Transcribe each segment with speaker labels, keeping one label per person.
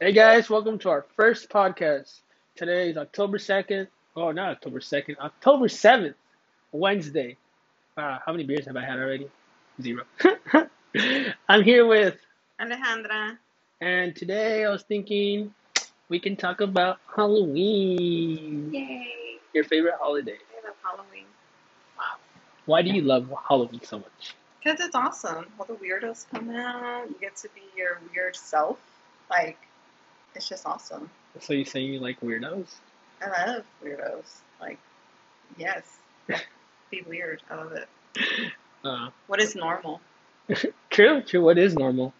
Speaker 1: Hey guys, welcome to our first podcast. Today is October 2nd. Oh, not October 2nd, October 7th, Wednesday. Wow, how many beers have I had already? Zero. I'm here with,
Speaker 2: Alejandra.
Speaker 1: and today I was thinking we can talk about Halloween,
Speaker 2: Yay!
Speaker 1: your favorite holiday.
Speaker 2: I love Halloween.
Speaker 1: Why do you love Halloween so much?
Speaker 2: Because it's awesome. All the weirdos come out. You get to be your weird self. Like, it's just awesome.
Speaker 1: So you're saying you like weirdos?
Speaker 2: I love weirdos. Like, yes. be weird. I love it.
Speaker 1: Uh,
Speaker 2: What is normal?
Speaker 1: true, true. What is normal?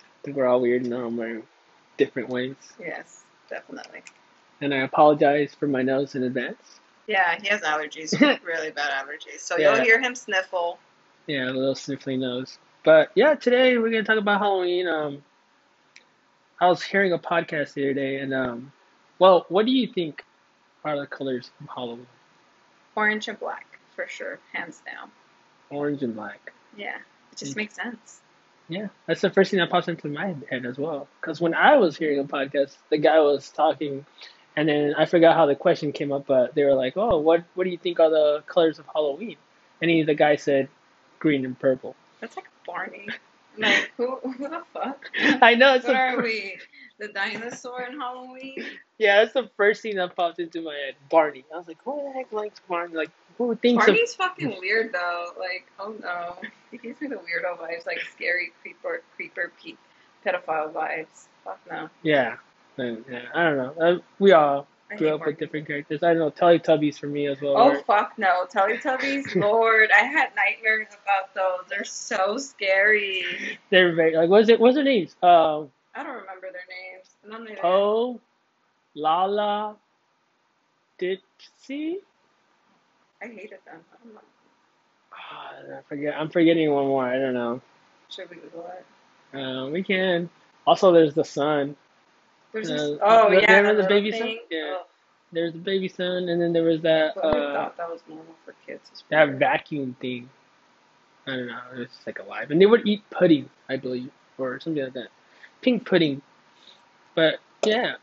Speaker 1: I think we're all weird in our own way- different ways.
Speaker 2: Yes, definitely.
Speaker 1: And I apologize for my nose in advance.
Speaker 2: Yeah, he has allergies. really bad allergies. So
Speaker 1: Yeah.
Speaker 2: you'll hear him sniffle.
Speaker 1: Yeah, a little sniffly nose. But yeah, today we're gonna talk about Halloween. Um, I was hearing a podcast the other day, and um, well, what do you think are the colors from Halloween?
Speaker 2: Orange and black, for sure. Hands down.
Speaker 1: Orange and black.
Speaker 2: Yeah. It just
Speaker 1: Mm.
Speaker 2: makes sense.
Speaker 1: Yeah, that's the first thing that pops into my head as well. Because when I was hearing a podcast, the guy was talking, and then I forgot how the question came up, but they were like, "Oh, what what do you think are the colors of Halloween?" And he, the guy said, "Green and purple."
Speaker 2: That's like Barney. Like, who, who the fuck?
Speaker 1: I know it's
Speaker 2: What
Speaker 1: the
Speaker 2: are we? The dinosaur in Halloween?
Speaker 1: Yeah, that's the first thing that popped into my head. Barney. I was like, who the heck likes Barney? Like, who thinks of
Speaker 2: Barney's fucking weird though. Like, oh no, he gives me the weirdo vibes, like scary creeper, creeper, pe- pedophile vibes. Fuck no.
Speaker 1: yeah. And, yeah, I don't know. Uh, we all
Speaker 2: I
Speaker 1: grew
Speaker 2: hate
Speaker 1: up
Speaker 2: Barney.
Speaker 1: with different characters. I know Teletubbies for me as well.
Speaker 2: Oh
Speaker 1: right?
Speaker 2: fuck no, Teletubbies, Lord, I had nightmares about those. They're so scary.
Speaker 1: They're very like. What's it? What's their names? Uh,
Speaker 2: I don't remember their names. None of them.
Speaker 1: Poe, Lala, Dipsy.
Speaker 2: I hated them. I don't know.
Speaker 1: Ah, I forget. I'm forgetting one more. I don't know.
Speaker 2: Should we Google it?
Speaker 1: Uh, we can. Also, there's the sun.
Speaker 2: There's
Speaker 1: Uh,
Speaker 2: just, oh
Speaker 1: the-
Speaker 2: yeah,
Speaker 1: remember
Speaker 2: the,
Speaker 1: the baby
Speaker 2: little thing.
Speaker 1: son? Yeah.
Speaker 2: Oh,
Speaker 1: There's the baby sun, and then there was that.
Speaker 2: whoever
Speaker 1: Uh,
Speaker 2: thought that was normal for kids. is
Speaker 1: that
Speaker 2: weird.
Speaker 1: vacuum thing. I don't know. It was just like alive, and they would eat pudding, I believe, or something like that, pink pudding. But yeah,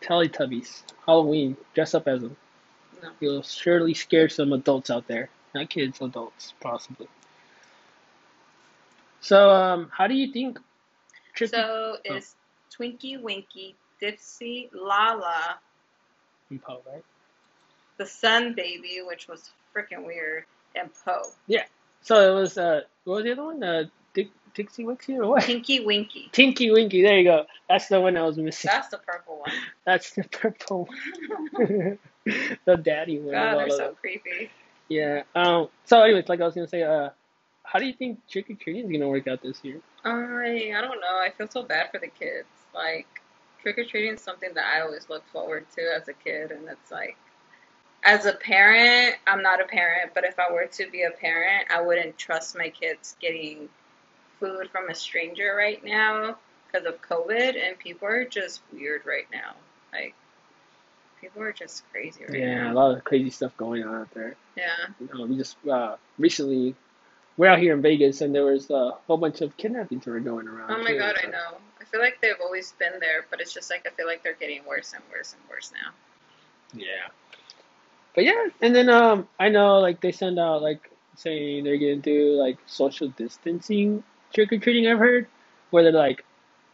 Speaker 1: Teletubbies, Halloween, dress up as them.
Speaker 2: No.
Speaker 1: You'll surely scare some adults out there, not kids, adults possibly. So, um, how do you think? Trippy-
Speaker 2: So is Twinkie Winkie, Dipsy, Lala,
Speaker 1: and Poe, right?
Speaker 2: the Sun Baby, which was freaking weird, and Poe.
Speaker 1: So it was. Uh, what was the other one? Uh, Dick, Dixie Wixie or what?
Speaker 2: Tinky Winky.
Speaker 1: Tinky Winky. There you go. That's the one I was missing.
Speaker 2: That's the purple one.
Speaker 1: That's the purple one. the daddy one. of
Speaker 2: God,
Speaker 1: all
Speaker 2: they're
Speaker 1: of
Speaker 2: so
Speaker 1: them.
Speaker 2: creepy.
Speaker 1: Yeah. Um. So, anyways, like I was gonna say, uh, how do you think trick or treating is gonna work out this year?
Speaker 2: I I don't know. I feel so bad for the kids. Like trick or treating is something that I always look forward to as a kid, and it's like. As a parent, I'm not a parent, but if I were to be a parent, I wouldn't trust my kids getting food from a stranger right now because of COVID, and people are just weird right now. Like, people are just crazy right
Speaker 1: Yeah, a
Speaker 2: now.
Speaker 1: lot of crazy stuff going on out there.
Speaker 2: Yeah.
Speaker 1: You know, we just uh, recently we're out here in Vegas, and there was uh, a whole bunch of kidnappings that were going around.
Speaker 2: Oh my
Speaker 1: too,
Speaker 2: god, I
Speaker 1: so-
Speaker 2: know. I feel like they've always been there, but it's just like I feel like they're getting worse and worse and worse now.
Speaker 1: Yeah. But yeah, and then um, I know like they send out like saying they're gonna do like social distancing trick or treating. I've heard where they're like,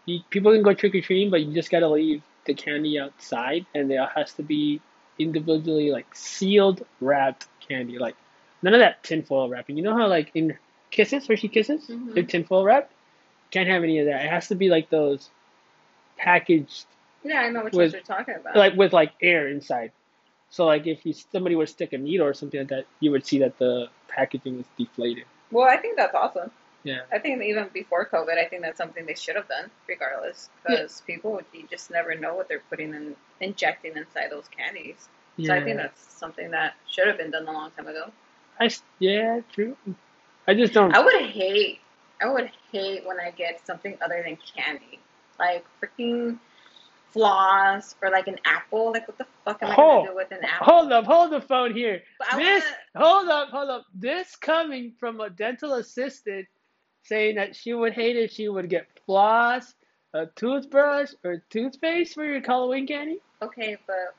Speaker 1: you, people can go trick or treating, but you just gotta leave the candy outside, and it has to be individually like sealed wrapped candy, like none of that tinfoil wrapping. You know how like in kisses, Hershey kisses,
Speaker 2: Mhm.
Speaker 1: they're tinfoil wrapped. Can't have any of that. It has to be like those packaged
Speaker 2: Yeah, I know what
Speaker 1: With-
Speaker 2: you're talking about.
Speaker 1: like with like air inside. So like if you somebody would stick a needle or something like that, you would see that the packaging is deflated.
Speaker 2: well, I think that's awesome.
Speaker 1: Yeah.
Speaker 2: I think even before COVID, I think that's something they should have done, regardless, because people would you just never know what they're putting in, injecting inside those candies. So I think that's something that should have been done a long time ago.
Speaker 1: I s- yeah, true. I just don't.
Speaker 2: I would hate, I would hate when I get something other than candy, like freaking floss or like an apple. Like what the fuck am I
Speaker 1: Oh.
Speaker 2: gonna do with an apple?
Speaker 1: hold up, hold the phone here.
Speaker 2: But I
Speaker 1: This
Speaker 2: wanna-
Speaker 1: hold up, hold up. This coming from a dental assistant saying that she would hate if she would get floss, a toothbrush or toothpaste for your Halloween candy?
Speaker 2: Okay, but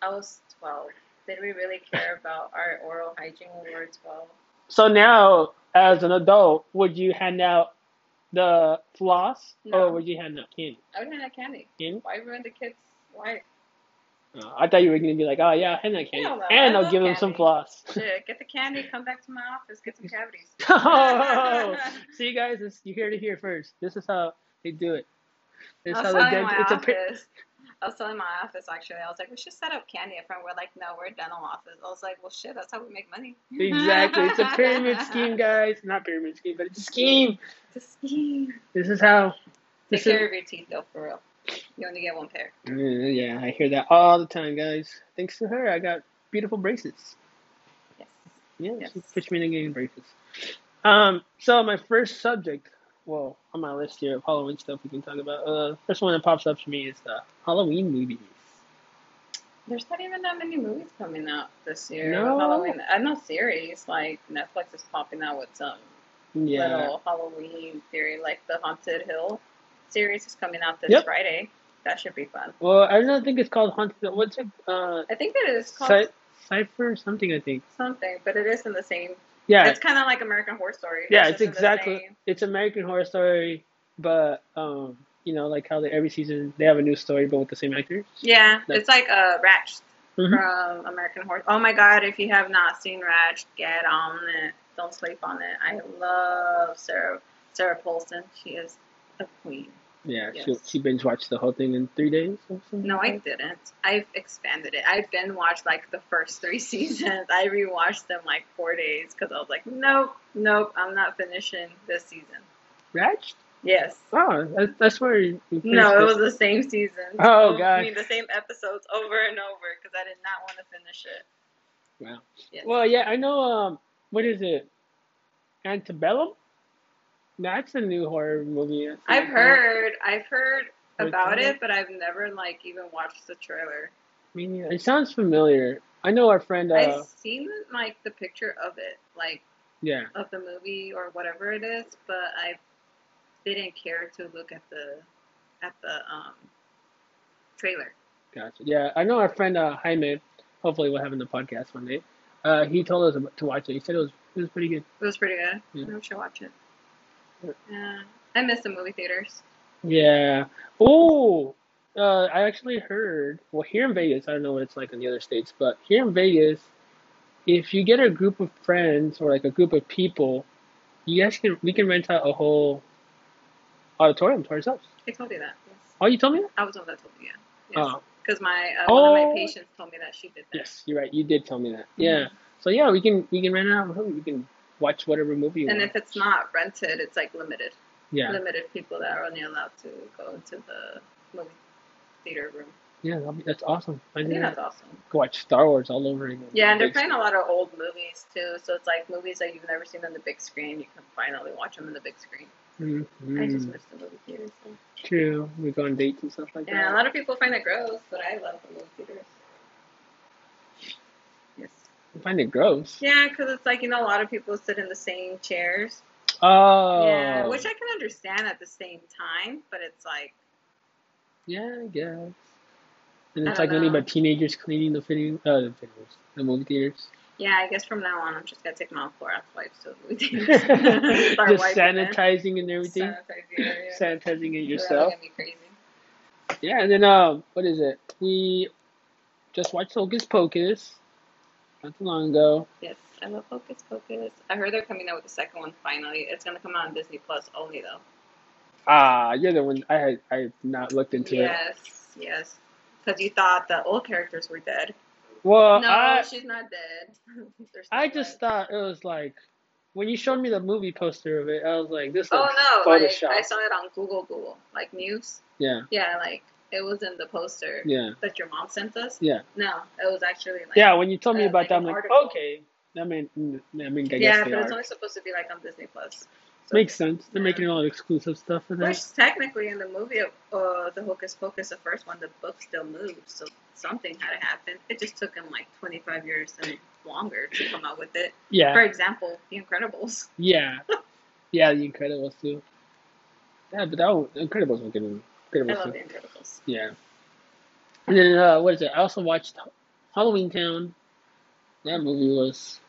Speaker 2: I was 12. Did we really care about our oral hygiene when we were 12?
Speaker 1: So now, as an adult, would you hand out the floss
Speaker 2: No.
Speaker 1: or would you hand out candy?
Speaker 2: I wouldn't have candy.
Speaker 1: Candy?
Speaker 2: Why ruin the kids' life?
Speaker 1: Uh, I thought you were gonna be like, oh yeah, hand out candy,
Speaker 2: Hell no,
Speaker 1: and
Speaker 2: I
Speaker 1: I'll
Speaker 2: love
Speaker 1: give him some
Speaker 2: candy.
Speaker 1: floss.
Speaker 2: Shit, get the candy, come back to my office, get some cavities.
Speaker 1: oh, see you guys, this, you heard it here first. This is how they do it. This
Speaker 2: I
Speaker 1: is
Speaker 2: was
Speaker 1: how
Speaker 2: telling
Speaker 1: dent-
Speaker 2: my
Speaker 1: it's a
Speaker 2: office.
Speaker 1: pri-
Speaker 2: I was telling my office actually. I was like, we should set up candy up front. We're like, no, we're a dental office. I was like, well, shit, that's how we make money.
Speaker 1: exactly. It's a pyramid scheme, guys. Not pyramid scheme, but it's a scheme.
Speaker 2: It's a scheme.
Speaker 1: This is how.
Speaker 2: Take
Speaker 1: This
Speaker 2: care
Speaker 1: is,
Speaker 2: of your teeth though, for real. You only get one pair.
Speaker 1: Mm, yeah, I hear that all the time, guys. Thanks to her, I got beautiful braces.
Speaker 2: Yes.
Speaker 1: Yeah,
Speaker 2: Yes.
Speaker 1: she pushed me into getting braces. Um, so my first subject, well, on my list here of Halloween stuff we can talk about. Uh, first one that pops up to me is the Halloween movies.
Speaker 2: There's not even that many movies coming out this year.
Speaker 1: No.
Speaker 2: with Halloween. I know series like Netflix is popping out with some
Speaker 1: Yeah,
Speaker 2: little Halloween theory, like the Haunted Hill series is coming out this
Speaker 1: Yep.
Speaker 2: Friday. That should be fun.
Speaker 1: Well, I don't think it's called Haunted. What's it? Uh,
Speaker 2: I think it is called
Speaker 1: Cy- Cipher something, I think.
Speaker 2: something, but it is in the same.
Speaker 1: Yeah,
Speaker 2: It's kind of like American Horror Story.
Speaker 1: yeah, it's
Speaker 2: just in the
Speaker 1: exactly.
Speaker 2: same-
Speaker 1: It's American Horror Story, but um, you know, like how they, every season they have a new story, but with the same actors.
Speaker 2: Yeah,
Speaker 1: Like-
Speaker 2: it's like uh, Ratched
Speaker 1: Mhm.
Speaker 2: from American Horror. Oh my God! If you have not seen Ratched, get on it. Don't sleep on it. I love Sarah Sarah Paulson. She is a queen.
Speaker 1: Yeah, she
Speaker 2: Yes.
Speaker 1: she binge watched the whole thing in three days. Or something.
Speaker 2: No, I didn't. I've expanded it. I've been watched like the first three seasons. I rewatched them like four days because I was like, nope, nope, I'm not finishing this season.
Speaker 1: Ratched?
Speaker 2: Yes.
Speaker 1: Oh, that's, that's where. You you
Speaker 2: No, it
Speaker 1: finished
Speaker 2: was the same season.
Speaker 1: Oh,
Speaker 2: I
Speaker 1: gosh.
Speaker 2: mean, the same episodes over and over because I did not want to finish it.
Speaker 1: Wow.
Speaker 2: Yes.
Speaker 1: Well, yeah, I know. Um, what is it? Antebellum. That's a new horror movie. I think.
Speaker 2: I've heard, I've heard
Speaker 1: Which
Speaker 2: about
Speaker 1: one?
Speaker 2: it, but I've never like even watched the trailer.
Speaker 1: I mean, yeah, it sounds familiar. I know our friend. Uh,
Speaker 2: I've seen like the picture of it, like
Speaker 1: yeah.
Speaker 2: of the movie or whatever it is, but I didn't care to look at the at the um trailer.
Speaker 1: Gotcha. Yeah, I know our friend uh, Jaime. Hopefully, we'll have him in the podcast one day. Uh, he told us about- to watch it. He said it was it was pretty good.
Speaker 2: It was pretty good.
Speaker 1: Yeah.
Speaker 2: I should watch it.
Speaker 1: Yeah.
Speaker 2: Yeah, I miss the movie theaters.
Speaker 1: Yeah. Oh, uh, I actually heard. Well, here in Vegas, I don't know what it's like in the other states, but here in Vegas, if you get a group of friends or like a group of people, you guys can we can rent out a whole auditorium to ourselves.
Speaker 2: I told you that. Yes.
Speaker 1: Oh, you told me that?
Speaker 2: I was on that told you. Yeah. Yes.
Speaker 1: Oh,
Speaker 2: Because my uh, one of
Speaker 1: Oh.
Speaker 2: my patients told me that she did that.
Speaker 1: yes, you're right. You did tell me that.
Speaker 2: Mm-hmm.
Speaker 1: Yeah. So yeah, we can we can rent out a room. We can watch whatever movie you
Speaker 2: And
Speaker 1: want.
Speaker 2: if it's not rented, it's like limited.
Speaker 1: Yeah.
Speaker 2: Limited people that are only allowed to go into the movie theater room.
Speaker 1: Yeah, that'll be- that's awesome. I
Speaker 2: I
Speaker 1: did
Speaker 2: think
Speaker 1: that.
Speaker 2: that's awesome.
Speaker 1: Go watch Star Wars all over again.
Speaker 2: Yeah, and they're
Speaker 1: Big-
Speaker 2: playing a lot of old movies too. So it's like movies that you've never seen on the big screen. You can finally watch them on the big screen. I just
Speaker 1: Mhm.
Speaker 2: miss the movie theaters. so.
Speaker 1: True. We go on dates and stuff like
Speaker 2: Yeah, a
Speaker 1: that.
Speaker 2: lot of people find that gross, but I love the movie theaters. Yes.
Speaker 1: I find it gross.
Speaker 2: Yeah, because it's like you know a lot of people sit in the same chairs.
Speaker 1: Oh.
Speaker 2: Yeah, which I can understand at the same time, but it's like
Speaker 1: Yeah, I guess. And
Speaker 2: I
Speaker 1: it's
Speaker 2: don't
Speaker 1: like nothing
Speaker 2: know.
Speaker 1: but teenagers cleaning the fitting, uh, the fittings, the movie theaters.
Speaker 2: yeah, I guess from now on I'm just gonna take my own floor out wipes to the movie theaters.
Speaker 1: Just
Speaker 2: Start wiping it.
Speaker 1: sanitizing and everything.
Speaker 2: Sanitize the area.
Speaker 1: Sanitizing it
Speaker 2: They're all
Speaker 1: yourself.
Speaker 2: gonna be crazy.
Speaker 1: Yeah, and then um, what is it? We just watched Hocus Pocus not too long ago.
Speaker 2: Yes, I love Hocus Pocus. I heard they're coming out with the second one finally. It's gonna come out on Disney Plus only though.
Speaker 1: Ah, you're the one I had. I had not looked into it.
Speaker 2: yes, yes. Because you thought the old characters were dead.
Speaker 1: Well,
Speaker 2: no,
Speaker 1: I
Speaker 2: she's not dead. They're still
Speaker 1: I just
Speaker 2: alive.
Speaker 1: thought it was like when you showed me the movie poster of it, I was like, this looks
Speaker 2: Oh no! Like,
Speaker 1: Photoshop.
Speaker 2: I saw it on Google Google like news.
Speaker 1: yeah,
Speaker 2: Yeah, like it was in the poster
Speaker 1: yeah,
Speaker 2: that your mom sent us.
Speaker 1: yeah,
Speaker 2: No, it was actually like
Speaker 1: yeah. When you told me
Speaker 2: uh,
Speaker 1: about
Speaker 2: like
Speaker 1: that,
Speaker 2: an
Speaker 1: I'm like,
Speaker 2: article.
Speaker 1: okay. I mean, mm, I mean, I
Speaker 2: yeah,
Speaker 1: guess they
Speaker 2: but it's
Speaker 1: are.
Speaker 2: only supposed to be like on Disney Plus. So-
Speaker 1: Makes sense. They're
Speaker 2: Yeah.
Speaker 1: making all exclusive stuff for that.
Speaker 2: Which technically in the movie of uh, the Hocus Pocus, the first one, the book still moves, so something had to happen. It just took him like 25 years and longer to come out with it.
Speaker 1: Yeah,
Speaker 2: For example, The Incredibles.
Speaker 1: yeah, yeah. The Incredibles too. Yeah, but that was, Incredibles was a good movie.
Speaker 2: I
Speaker 1: Incredibles
Speaker 2: love
Speaker 1: two.
Speaker 2: the Incredibles.
Speaker 1: Yeah. And then uh, what is it? I also watched Halloween Town. That movie was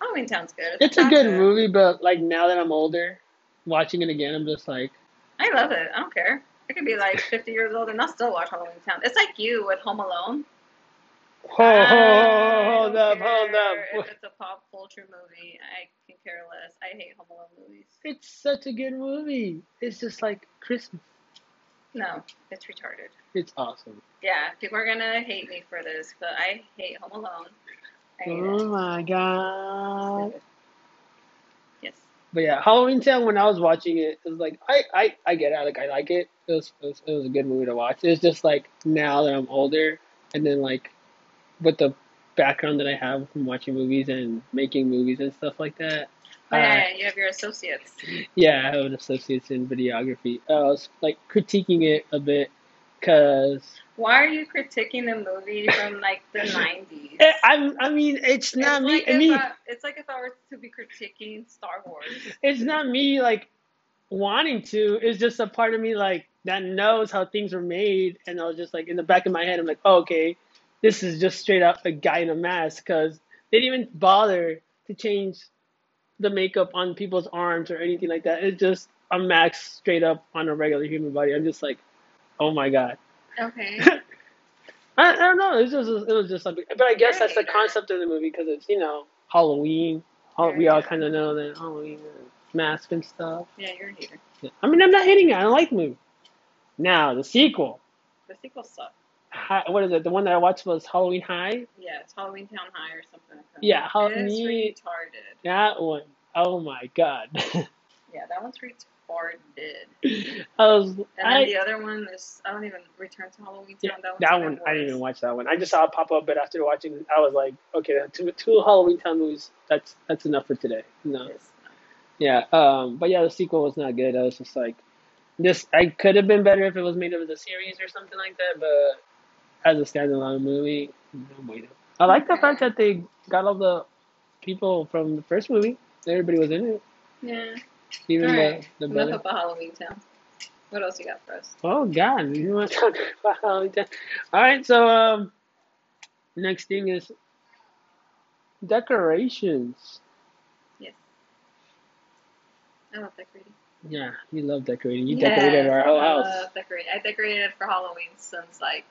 Speaker 2: Halloween Town's good.
Speaker 1: it's a good
Speaker 2: classic.
Speaker 1: movie, but like now that I'm older, watching it again, I'm just like,
Speaker 2: I love it. I don't care. I could be like 50 years old and I'll still watch Halloween Town. It's like you with Home Alone.
Speaker 1: ho ho ho,
Speaker 2: Ah, I
Speaker 1: hold
Speaker 2: don't
Speaker 1: up, hold
Speaker 2: care
Speaker 1: up.
Speaker 2: If it's a pop culture movie, I can care less. I hate Home Alone movies.
Speaker 1: It's such a good movie. It's just like Christmas.
Speaker 2: No, it's retarded.
Speaker 1: It's awesome.
Speaker 2: Yeah, people are gonna hate me for this, but I hate Home Alone. I hate
Speaker 1: Oh my god.
Speaker 2: it. Yes.
Speaker 1: But yeah, Halloween Town. When I was watching it, it was like I, I, I get it. Like I like it. It was, it was it was a good movie to watch. It's just like now that I'm older, and then like with the background that I have from watching movies and making movies and stuff like that.
Speaker 2: Oh, yeah,
Speaker 1: Uh,
Speaker 2: yeah, you have your associates.
Speaker 1: yeah, I have an associate's in videography. I was like critiquing it a bit because
Speaker 2: Why are you critiquing the movie from like the 90s?
Speaker 1: eh, I, I mean it's uh, not
Speaker 2: it's
Speaker 1: me.
Speaker 2: Like
Speaker 1: I
Speaker 2: if
Speaker 1: mean
Speaker 2: I, it's like if I were to be critiquing Star Wars.
Speaker 1: it's not me like wanting to. It's just a part of me like that knows how things were made, and I was just like in the back of my head, I'm like, oh, okay, this is just straight up a guy in a mask because they didn't even bother to change the makeup on people's arms or anything like that. It's just a mask straight up on a regular human body. I'm just like, oh my god.
Speaker 2: Okay.
Speaker 1: I, I don't know. It was just it was just something, but I guess that's the
Speaker 2: Right.
Speaker 1: concept of the movie because it's you know Halloween. Hall- We all kind of know that Halloween and mask and stuff.
Speaker 2: Yeah, you're here.
Speaker 1: I mean, I'm not hating it. I like the movie. Now the sequel.
Speaker 2: The sequel sucked.
Speaker 1: Hi, what is it? The one that I watched was Halloween High.
Speaker 2: Yeah, it's Halloween Town High or something. Like that.
Speaker 1: Yeah, how-
Speaker 2: it's
Speaker 1: me-
Speaker 2: retarded.
Speaker 1: That one. Oh my god.
Speaker 2: Yeah, that one's retarded.
Speaker 1: I was.
Speaker 2: And then
Speaker 1: I,
Speaker 2: the other one is I don't even Return to Halloween Town.
Speaker 1: Yeah,
Speaker 2: that one's
Speaker 1: that
Speaker 2: even
Speaker 1: one. I didn't even
Speaker 2: worse.
Speaker 1: watch that one. I just saw it pop up, but after watching, it, I was like, okay, two, two Halloween Town movies. That's that's enough for today. No.
Speaker 2: It's-
Speaker 1: Yeah, um, but yeah, the sequel was not good. I was just like, this. I could have been better if it was made as a series or something like that, but as a standalone movie, no way. I like the fact that they got all the people from the first movie. Everybody was in it,
Speaker 2: Yeah.
Speaker 1: even
Speaker 2: All
Speaker 1: the
Speaker 2: right.
Speaker 1: the
Speaker 2: Enough
Speaker 1: brother.
Speaker 2: about Halloween Town. What else you got for us?
Speaker 1: Oh God, you want to talk about Halloween Town? All right, so um, next thing is decorations.
Speaker 2: Yes. I love decorating.
Speaker 1: Yeah, you love decorating. You
Speaker 2: Yes,
Speaker 1: decorated our whole
Speaker 2: I
Speaker 1: house.
Speaker 2: love decorating. I decorated for Halloween since like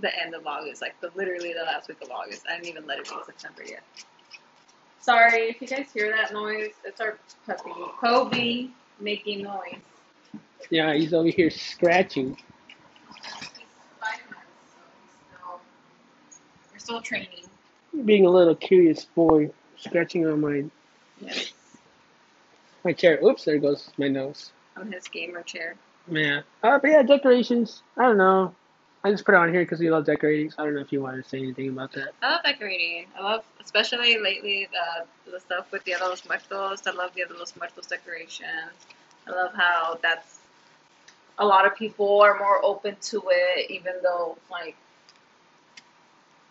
Speaker 2: the end of August, like the literally the last week of August. I didn't even let it be September yet. Sorry if you guys hear that noise. It's our puppy Kobe making noise.
Speaker 1: Yeah, he's over here scratching.
Speaker 2: He's five months, so he's still we're still training.
Speaker 1: being a little curious boy, scratching on my
Speaker 2: Yes,
Speaker 1: my chair. Oops, there goes my nose.
Speaker 2: on his gamer chair.
Speaker 1: Yeah. Uh, but yeah, decorations. I don't know. I just put it on here because we love decorating. So I don't know if you want to say anything about that.
Speaker 2: I love decorating. I love, especially lately, the, the stuff with Dia de los Muertos. I love Dia de los Muertos decorations. I love how that's a lot of people are more open to it, even though, like,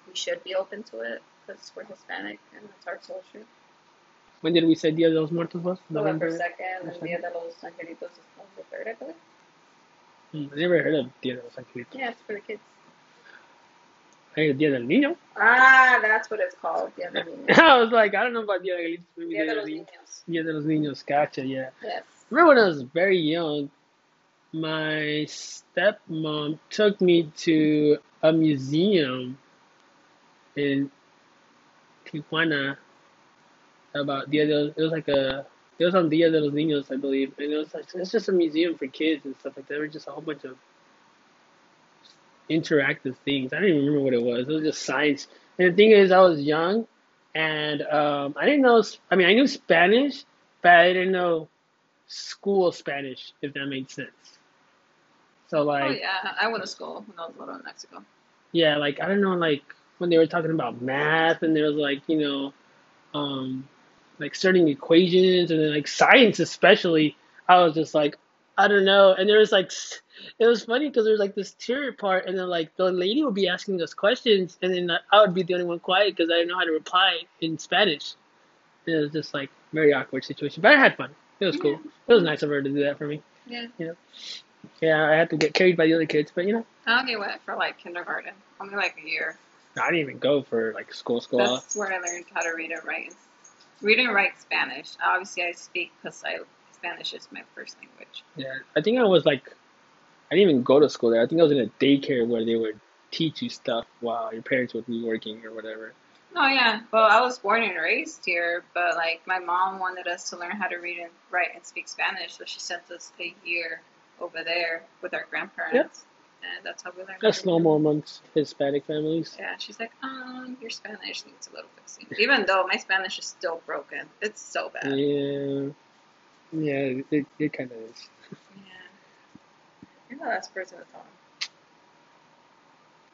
Speaker 2: we should be open to it because we're Hispanic and it's our culture.
Speaker 1: When did we say Dia de los Muertos was?
Speaker 2: November
Speaker 1: November.
Speaker 2: 2nd and Dia de los Angelitos is on the 3rd, I believe.
Speaker 1: Hmm, I never heard of Dia de los Angelitos.
Speaker 2: Yeah, it's for the kids.
Speaker 1: I heard Dia del Niño.
Speaker 2: Ah, that's what it's called. Dia de los Niños.
Speaker 1: I was like, I don't know about Dia de Angelitos. Maybe
Speaker 2: Dia de los
Speaker 1: Dia,
Speaker 2: Niños.
Speaker 1: Dia de los Niños. Gotcha. Yeah.
Speaker 2: Yes.
Speaker 1: I remember when I was very young, my stepmom took me to a museum in Tijuana about Dia de los, it was like a it was on Dia de los Niños, I believe, and it was like it's just a museum for kids and stuff like that. There were just a whole bunch of interactive things. I don't even remember what it was. It was just science. And the thing is, I was young, and um, I didn't know. s- I mean, I knew Spanish, but I didn't know school Spanish, if that makes sense. So like,
Speaker 2: Oh, yeah. I went to school when I was little in Mexico.
Speaker 1: yeah, like I don't know, like when they were talking about math and there was like you know, um, like certain equations and then like science especially, I was just like, I don't know. And there was like, s- it was funny because there was like this tear part, and then like the lady would be asking us questions, and then I would be the only one quiet because I didn't know how to reply in Spanish. And it was just like very awkward situation, but I had fun. It was cool. It was nice of her to do that for me.
Speaker 2: Yeah.
Speaker 1: Yeah. Yeah, I had to get carried by the other kids, but you know,
Speaker 2: I only went for like kindergarten, only like a year.
Speaker 1: I didn't even go for like school school.
Speaker 2: That's where I learned how to read and write. Read and write Spanish. Obviously, I speak because I Spanish is my first language.
Speaker 1: Yeah, I think I was like, I didn't even go to school there. I think I was in a daycare where they would teach you stuff while your parents would be working or whatever.
Speaker 2: Oh yeah. Well, I was born and raised here, but like my mom wanted us to learn how to read and write and speak Spanish, so she sent us a year over there with our grandparents, and that's how we learned. how
Speaker 1: That's
Speaker 2: to read.
Speaker 1: normal amongst Hispanic families.
Speaker 2: Yeah, she's like, um, your Spanish needs a little fixing. Even though my Spanish is still broken, it's so bad. Yeah.
Speaker 1: Yeah, yeah, it, it kind of is.
Speaker 2: You're the last person to talk.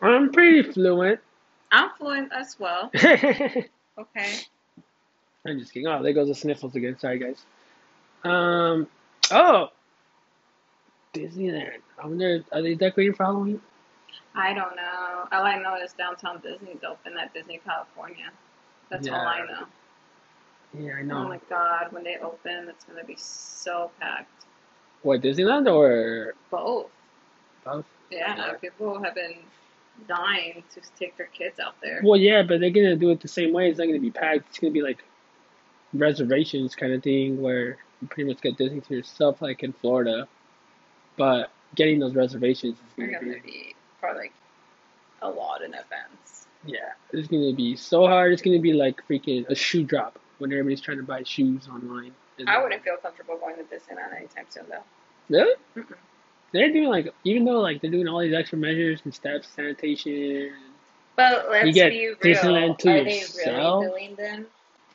Speaker 1: I'm pretty fluent.
Speaker 2: I'm fluent as well.
Speaker 1: I'm
Speaker 2: Okay.
Speaker 1: just kidding. Oh, there goes the sniffles again. Sorry, guys. Um, oh, Disneyland. I wonder, are they decorating for Halloween?
Speaker 2: I don't know. All I know is downtown Disney's open at Disney California. That's all I
Speaker 1: Yeah.
Speaker 2: know.
Speaker 1: Yeah, I
Speaker 2: Oh
Speaker 1: know.
Speaker 2: my god, when they open, it's gonna be so packed.
Speaker 1: What Disneyland or
Speaker 2: Both.
Speaker 1: both?
Speaker 2: Yeah,
Speaker 1: Yeah.
Speaker 2: people have been dying to take their kids out there.
Speaker 1: Well, yeah, but they're gonna do it the same way. It's not gonna be packed. It's gonna be like reservations kind of thing where you pretty much get Disney to yourself, like in Florida. But getting those reservations is
Speaker 2: They're
Speaker 1: gonna
Speaker 2: gonna
Speaker 1: be
Speaker 2: be probably like a lot in advance.
Speaker 1: yeah, it's gonna be so hard. It's gonna be like freaking a shoe drop when everybody's trying to buy shoes online. And-
Speaker 2: I wouldn't feel comfortable going to Disneyland anytime soon, though.
Speaker 1: Really?
Speaker 2: Mm-mm.
Speaker 1: They're doing like even though like they're doing all these extra measures and steps, sanitation.
Speaker 2: But let's
Speaker 1: get
Speaker 2: be real.
Speaker 1: Disneyland to
Speaker 2: Are they
Speaker 1: yourself?
Speaker 2: really doing them?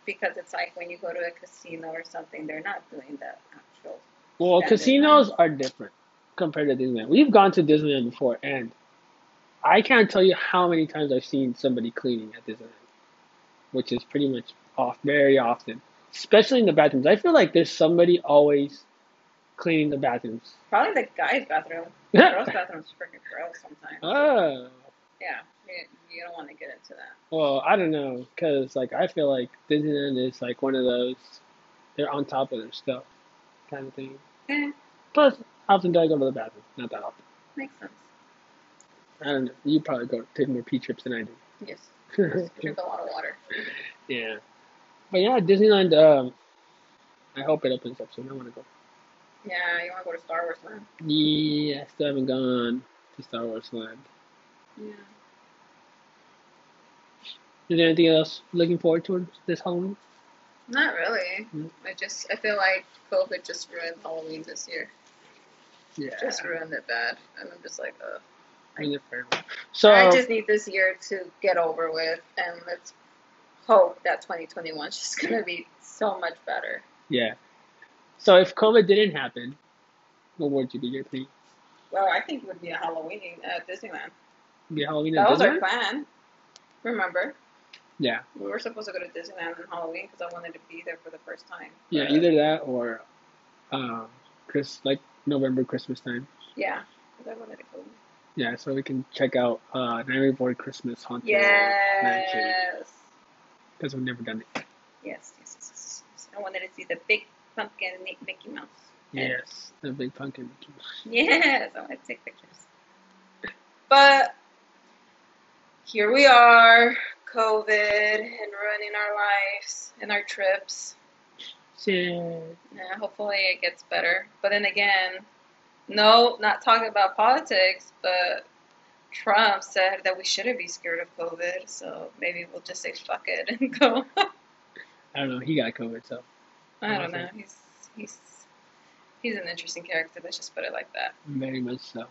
Speaker 2: Because it's like when you go to a casino or something, they're not doing the actual.
Speaker 1: Well,
Speaker 2: Yeah,
Speaker 1: casinos are different compared to Disneyland. We've gone to Disneyland before, and I can't tell you how many times I've seen somebody cleaning at Disneyland, which is pretty much off very often, especially in the bathrooms. I feel like there's somebody always cleaning the bathrooms.
Speaker 2: Probably the guys' bathroom. The girls' bathroom's freaking gross sometimes.
Speaker 1: oh,
Speaker 2: Yeah, you, you don't want to get into that.
Speaker 1: well, I don't know, cause like I feel like Disneyland is like one of those they're on top of their stuff kind of thing.
Speaker 2: Eh,
Speaker 1: Plus, how often do I go to the bathroom? Not that often.
Speaker 2: makes sense.
Speaker 1: I don't know. You probably go take more P trips than I do.
Speaker 2: Yes, drink a lot of water.
Speaker 1: Yeah. But yeah, Disneyland, um, I hope it opens up soon. I want to go.
Speaker 2: Yeah, you want to go to Star Wars Land.
Speaker 1: Yeah, I still haven't gone to Star Wars Land.
Speaker 2: Yeah.
Speaker 1: Is there anything else looking forward to this Halloween?
Speaker 2: Not really.
Speaker 1: Mm.
Speaker 2: I just I feel like COVID just ruined Halloween this year.
Speaker 1: Yeah.
Speaker 2: Just ruined it bad, and I'm just like, ugh.
Speaker 1: So,
Speaker 2: I just need this year to get over with, and let's hope that 2021 is just gonna be so much better.
Speaker 1: yeah. So if COVID didn't happen, what would you be your thing?
Speaker 2: Well, I think it would be a Halloween at Disneyland.
Speaker 1: Be Halloween at
Speaker 2: That was our
Speaker 1: Disneyland?
Speaker 2: plan. Remember,
Speaker 1: Yeah.
Speaker 2: we were supposed to go to Disneyland on Halloween because I wanted to be there for the first time.
Speaker 1: Yeah,
Speaker 2: But-
Speaker 1: either that or um, Chris, like November, Christmas time.
Speaker 2: Yeah, because I wanted to go.
Speaker 1: Yeah, so we can check out uh, Nightmare Before Christmas Haunted Mansion.
Speaker 2: Yes.
Speaker 1: Because we've never done it.
Speaker 2: Yes, yes, yes, yes, yes. I wanted to see the big pumpkin Mi- Mickey Mouse.
Speaker 1: Yes, the big pumpkin.
Speaker 2: Yes, I want to take pictures. But here we are, COVID and ruining our lives and our trips.
Speaker 1: Shit.
Speaker 2: Yeah, hopefully it gets better. But then again, no, not talking about politics, but Trump said that we shouldn't be scared of COVID, so maybe we'll just say fuck it and go.
Speaker 1: I don't know. He got COVID, so
Speaker 2: I don't
Speaker 1: Okay.
Speaker 2: know. He's he's he's an interesting character. Let's just put it like that.
Speaker 1: very much so.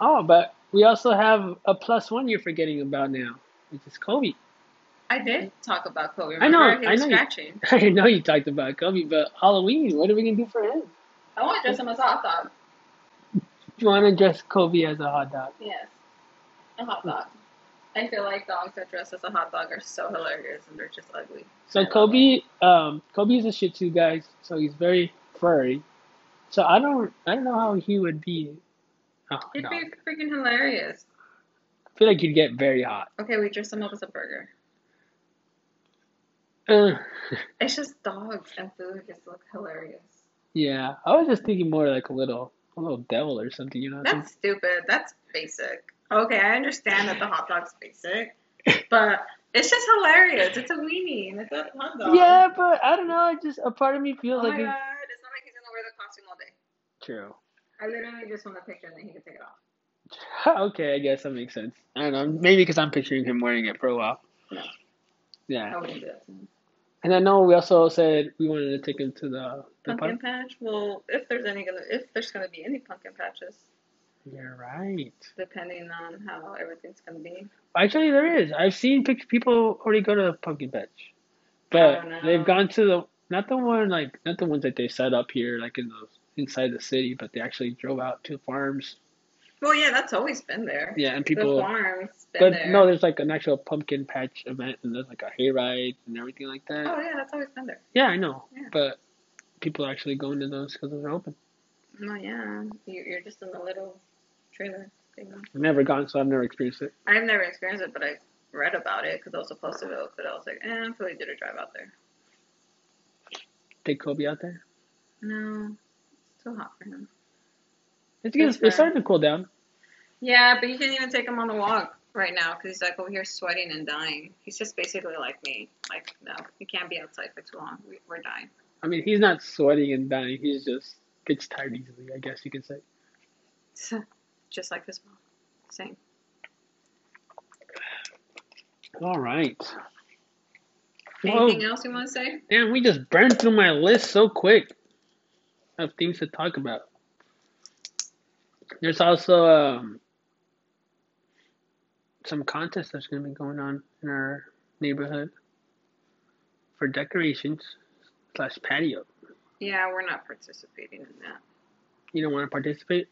Speaker 1: Oh, but we also have a plus one you're forgetting about now, which is Kobe.
Speaker 2: I did talk about Kobe.
Speaker 1: I know,
Speaker 2: Remember? He
Speaker 1: I
Speaker 2: was
Speaker 1: know you-
Speaker 2: scratching.
Speaker 1: I know you talked about Kobe, but Halloween, what are we gonna do for him?
Speaker 2: I want to dress him as a hot dog.
Speaker 1: You want to dress Kobe as a hot dog?
Speaker 2: Yes, a hot dog. I feel like dogs that dress as a hot dog are so hilarious and they're just ugly. I
Speaker 1: So
Speaker 2: love
Speaker 1: Kobe, um, Kobe is a Shih Tzu, guys. So he's very furry. So I don't, I don't know how he would be. a hot
Speaker 2: It'd
Speaker 1: dog.
Speaker 2: be
Speaker 1: I
Speaker 2: freaking hilarious.
Speaker 1: feel like he'd get very hot.
Speaker 2: Okay, we dress him up as a burger.
Speaker 1: Uh,
Speaker 2: It's just dogs and food just look hilarious.
Speaker 1: yeah, I was just thinking more like a little a little devil or something, you know?
Speaker 2: That's stupid. That's basic. Okay, I understand that the hot dog's basic, but it's just hilarious. It's a weenie and it's a hot dog.
Speaker 1: yeah, but I don't know. I just a part of me
Speaker 2: Oh
Speaker 1: feels
Speaker 2: my
Speaker 1: like
Speaker 2: god,
Speaker 1: it's
Speaker 2: it's not like he's gonna wear the costume all day.
Speaker 1: true.
Speaker 2: I literally just want a picture and then he can take it off.
Speaker 1: okay, I guess that makes sense. I don't know. Maybe because I'm picturing him wearing it for a while.
Speaker 2: No.
Speaker 1: Yeah,
Speaker 2: I wouldn't do that to him.
Speaker 1: and I know we also said we wanted to take him to the, the
Speaker 2: Pumpkin
Speaker 1: park.
Speaker 2: patch? Well, if there's any gonna if there's gonna be any pumpkin patches,
Speaker 1: You're right.
Speaker 2: depending on how everything's gonna be.
Speaker 1: Actually, there is. I've seen pic- people already go to Pumpkin Patch,
Speaker 2: Oh,
Speaker 1: but
Speaker 2: no.
Speaker 1: they've gone to the not the one like not the ones that they set up here like in the inside the city, but they actually drove out to farms.
Speaker 2: Well, yeah, that's always been there.
Speaker 1: Yeah, and
Speaker 2: the
Speaker 1: people.
Speaker 2: farm's been
Speaker 1: But
Speaker 2: there.
Speaker 1: no, there's like an actual pumpkin patch event, and there's like a hayride and everything like that.
Speaker 2: oh yeah, that's always been there.
Speaker 1: Yeah, I know,
Speaker 2: Yeah.
Speaker 1: but people are actually going to those because they're open.
Speaker 2: Oh yeah, you, you're just in the little trailer thing.
Speaker 1: I've never gone, so I've never experienced it.
Speaker 2: I've never experienced it, but I read about it because I was supposed to go, but I was like, eh, I'm probably did a drive out there.
Speaker 1: Take Kobe out there.
Speaker 2: No, it's too hot for him.
Speaker 1: It's, getting,
Speaker 2: fair.
Speaker 1: it's starting to cool down.
Speaker 2: Yeah, but you can't even take him on the walk right now because he's like over here sweating and dying. He's just basically like me. Like, no, you can't be outside for too long. We, we're dying.
Speaker 1: I mean, he's not sweating and dying. He's just gets tired easily, I guess you could say.
Speaker 2: just like his mom. Same.
Speaker 1: All right. Well,
Speaker 2: Anything else you want to say?
Speaker 1: damn, we just burned through my list so quick of things to talk about. There's also um, some contest that's going to be going on in our neighborhood for decorations slash patio.
Speaker 2: Yeah, we're not participating in that.
Speaker 1: You don't want to participate?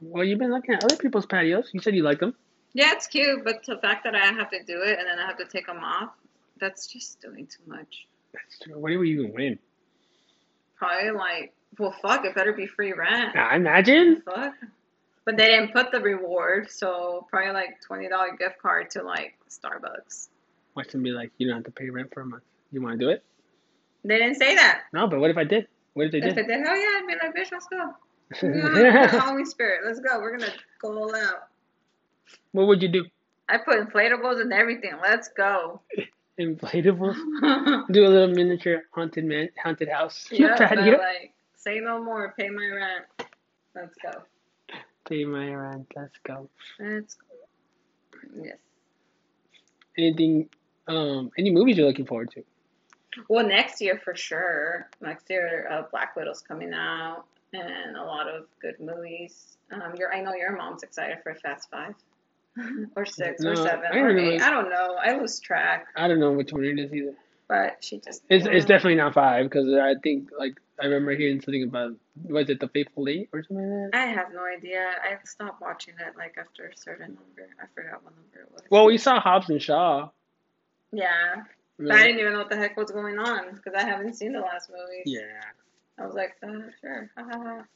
Speaker 1: Well, you've been looking at other people's patios. You said you like them.
Speaker 2: Yeah, it's cute, but the fact that I have to do it and then I have to take them off, that's just doing too much.
Speaker 1: That's true. What do we even win?
Speaker 2: Probably like, well, fuck, it better be free rent.
Speaker 1: I imagine.
Speaker 2: Fuck. But they didn't put the reward, so probably like twenty dollar gift card to like Starbucks.
Speaker 1: Watch them be like, you don't have to pay rent for a month. You want to do it?
Speaker 2: They didn't say that.
Speaker 1: No, but what if I did? What if they
Speaker 2: If
Speaker 1: did?
Speaker 2: it did, hell yeah, I'd be like, bitch, let's go. Mm, Halloween spirit, let's go. We're gonna go all out.
Speaker 1: what would you do?
Speaker 2: I put inflatables and everything. Let's go.
Speaker 1: Inflatables? Do a little miniature haunted man, haunted house.
Speaker 2: yeah, but,
Speaker 1: patio.
Speaker 2: like, say no more. Pay my rent. Let's go.
Speaker 1: Pay my rent. Let's go.
Speaker 2: Let's go. Yes.
Speaker 1: Anything? Um, any movies you're looking forward to?
Speaker 2: Well, next year for sure. Next year, uh, Black Widow's coming out, and a lot of good movies. Um, your I know your mom's excited for Fast Five, or six, or
Speaker 1: No,
Speaker 2: seven,
Speaker 1: I
Speaker 2: or
Speaker 1: don't
Speaker 2: eight.
Speaker 1: know.
Speaker 2: I don't know. I lose track,
Speaker 1: I don't know which one it is either.
Speaker 2: but she just.
Speaker 1: It's it's definitely not five because I think like I remember hearing something about was it the Faithful Eight or something like that.
Speaker 2: I have no idea. I stopped watching it like after a certain number. I forgot what number it was.
Speaker 1: Well, we saw Hobbs and Shaw.
Speaker 2: yeah, but I
Speaker 1: Right?
Speaker 2: didn't even know what the heck was going on because I haven't seen the last movie.
Speaker 1: Yeah.
Speaker 2: I was like, uh, sure, ha ha ha.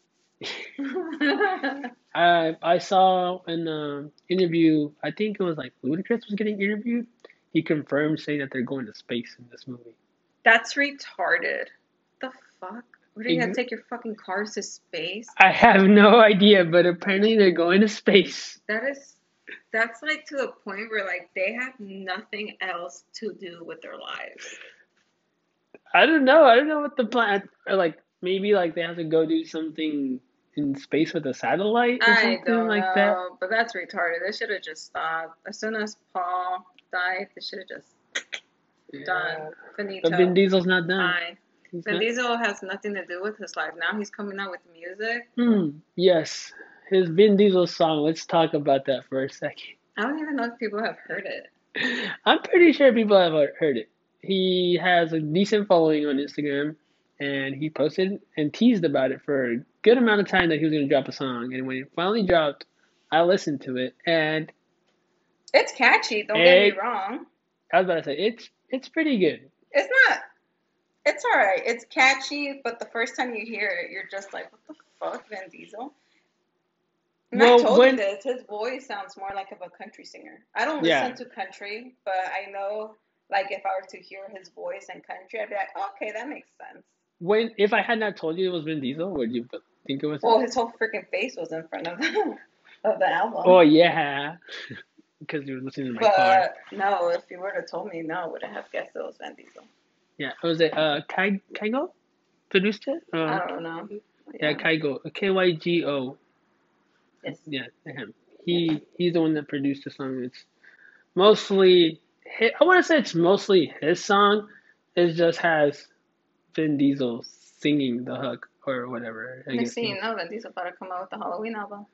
Speaker 1: I I saw an um, interview. I think it was like Ludacris was getting interviewed. He confirmed saying that they're going to space in this movie.
Speaker 2: That's retarded. The fuck? What are you gonna
Speaker 1: Mhm.
Speaker 2: take your fucking cars to space?
Speaker 1: I have no idea, but apparently they're going to space.
Speaker 2: That is, that's like to a point where like they have nothing else to do with their lives.
Speaker 1: I don't know. I don't know what the plan. Or like maybe like they have to go do something in space with a satellite or
Speaker 2: I
Speaker 1: something
Speaker 2: don't
Speaker 1: like
Speaker 2: know,
Speaker 1: that.
Speaker 2: but that's retarded. They should have just stopped as soon as Paul died. They should have just
Speaker 1: Yeah.
Speaker 2: done finito.
Speaker 1: But Vin Diesel's not done.
Speaker 2: Fine.
Speaker 1: He's
Speaker 2: Vin
Speaker 1: not-
Speaker 2: Diesel has nothing to do with his life. Now he's coming out with music.
Speaker 1: Hmm, yes, his Vin Diesel song. Let's talk about that for a second.
Speaker 2: I don't even know if people have heard it.
Speaker 1: I'm pretty sure people have heard it. He has a decent following on Instagram, and he posted and teased about it for a good amount of time that he was going to drop a song. And when it finally dropped, I listened to it, and
Speaker 2: It's catchy. Don't get
Speaker 1: It-
Speaker 2: me wrong.
Speaker 1: I was about to say it's it's pretty good.
Speaker 2: It's not. It's all right. It's catchy, but the first time you hear it, you're just like, "What the fuck, Van Diesel?" And I
Speaker 1: Well,
Speaker 2: told
Speaker 1: when-
Speaker 2: you this. His voice sounds more like of a country singer. I don't
Speaker 1: Yeah.
Speaker 2: listen to country, but I know, like, if I were to hear his voice in country, I'd be like, "Okay, that makes sense."
Speaker 1: when if I had not told you it was Vin Diesel, would you think it was?
Speaker 2: Well, his whole freaking face was in front of the, of the album.
Speaker 1: oh yeah, because you were listening to my
Speaker 2: but
Speaker 1: car.
Speaker 2: no, if you would have told me, no, I wouldn't have guessed it was Van Diesel.
Speaker 1: Yeah, was it uh Kai Kaigo produced it? Uh,
Speaker 2: I don't know.
Speaker 1: yeah, Kaigo K Y G O.
Speaker 2: Yes.
Speaker 1: Yeah, him. He he's the one that produced the song. It's mostly hi I want to say it's mostly his song. It just has Vin Diesel singing the hook or whatever. I
Speaker 2: Next
Speaker 1: guess.
Speaker 2: thing you know, Van Diesel about to come out with the Halloween album.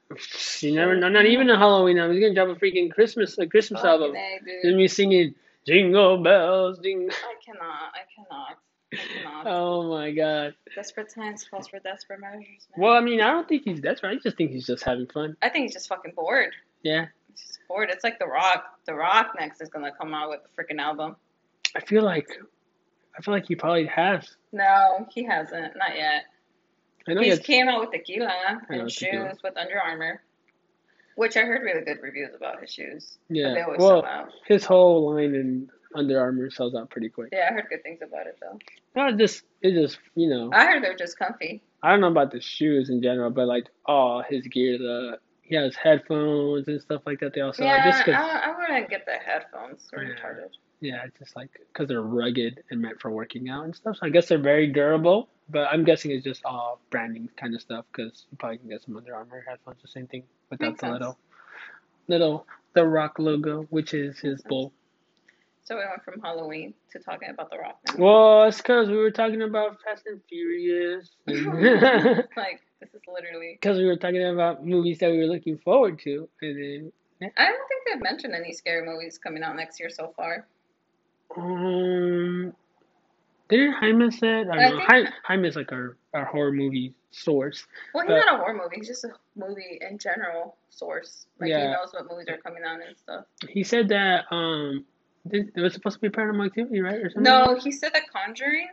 Speaker 1: You never know. Not even a Halloween album. He's gonna drop a freaking Christmas a Christmas album.
Speaker 2: Fucking A,
Speaker 1: Then
Speaker 2: dude.
Speaker 1: me singing jingle bells, jingle.
Speaker 2: I cannot. I cannot. I cannot.
Speaker 1: Oh my god.
Speaker 2: Desperate times calls for desperate measures, man.
Speaker 1: Well, I mean, I don't think he's that's right. I just think he's just having fun.
Speaker 2: I think he's just fucking bored.
Speaker 1: Yeah.
Speaker 2: He's just bored. It's like The Rock. The Rock next is gonna come out with a freaking album.
Speaker 1: I feel like, I feel like he probably has.
Speaker 2: No, he hasn't. Not yet.
Speaker 1: I know
Speaker 2: he
Speaker 1: he
Speaker 2: just
Speaker 1: has.
Speaker 2: came out with tequila
Speaker 1: I know, tequila.
Speaker 2: and shoes with Under Armour, which I heard really good reviews about his shoes. But they
Speaker 1: Yeah.
Speaker 2: always
Speaker 1: Well,
Speaker 2: sell out.
Speaker 1: his whole line in Under Armour sells out pretty quick.
Speaker 2: Yeah, I heard good things about it though.
Speaker 1: No, it just it just you know
Speaker 2: I heard they're just comfy.
Speaker 1: I don't know about the shoes in general, but like all his gear, the he has headphones and stuff like that. They also
Speaker 2: yeah, uh,
Speaker 1: just 'cause-
Speaker 2: I, I wouldn't get the headphones. They're
Speaker 1: Yeah.
Speaker 2: retarded.
Speaker 1: yeah, it's just like because they're rugged and meant for working out and stuff. So I guess they're very durable, but I'm guessing it's just all branding kind of stuff because you probably can get some Under Armour headphones, the same thing without
Speaker 2: Makes
Speaker 1: the
Speaker 2: sense.
Speaker 1: little little The Rock logo, which is his
Speaker 2: sense.
Speaker 1: bull.
Speaker 2: So we went from Halloween to talking about The Rock now.
Speaker 1: Well, it's because we were talking about Fast and Furious. Because
Speaker 2: like, this is literally.
Speaker 1: we were talking about movies that we were looking forward to, and then
Speaker 2: I don't think they've mentioned any scary movies coming out next year so far.
Speaker 1: um, didn't Hyman said I
Speaker 2: I
Speaker 1: don't know.
Speaker 2: think-
Speaker 1: Hy- Hyman's like our our horror movie source.
Speaker 2: Well, he's
Speaker 1: But-
Speaker 2: not a horror movie. He's just a movie in general source. Like he
Speaker 1: Yeah.
Speaker 2: knows what movies are coming out and stuff.
Speaker 1: He said that um, this, it was supposed to be Paranormal Activity, right, or something?
Speaker 2: No, he said The Conjuring.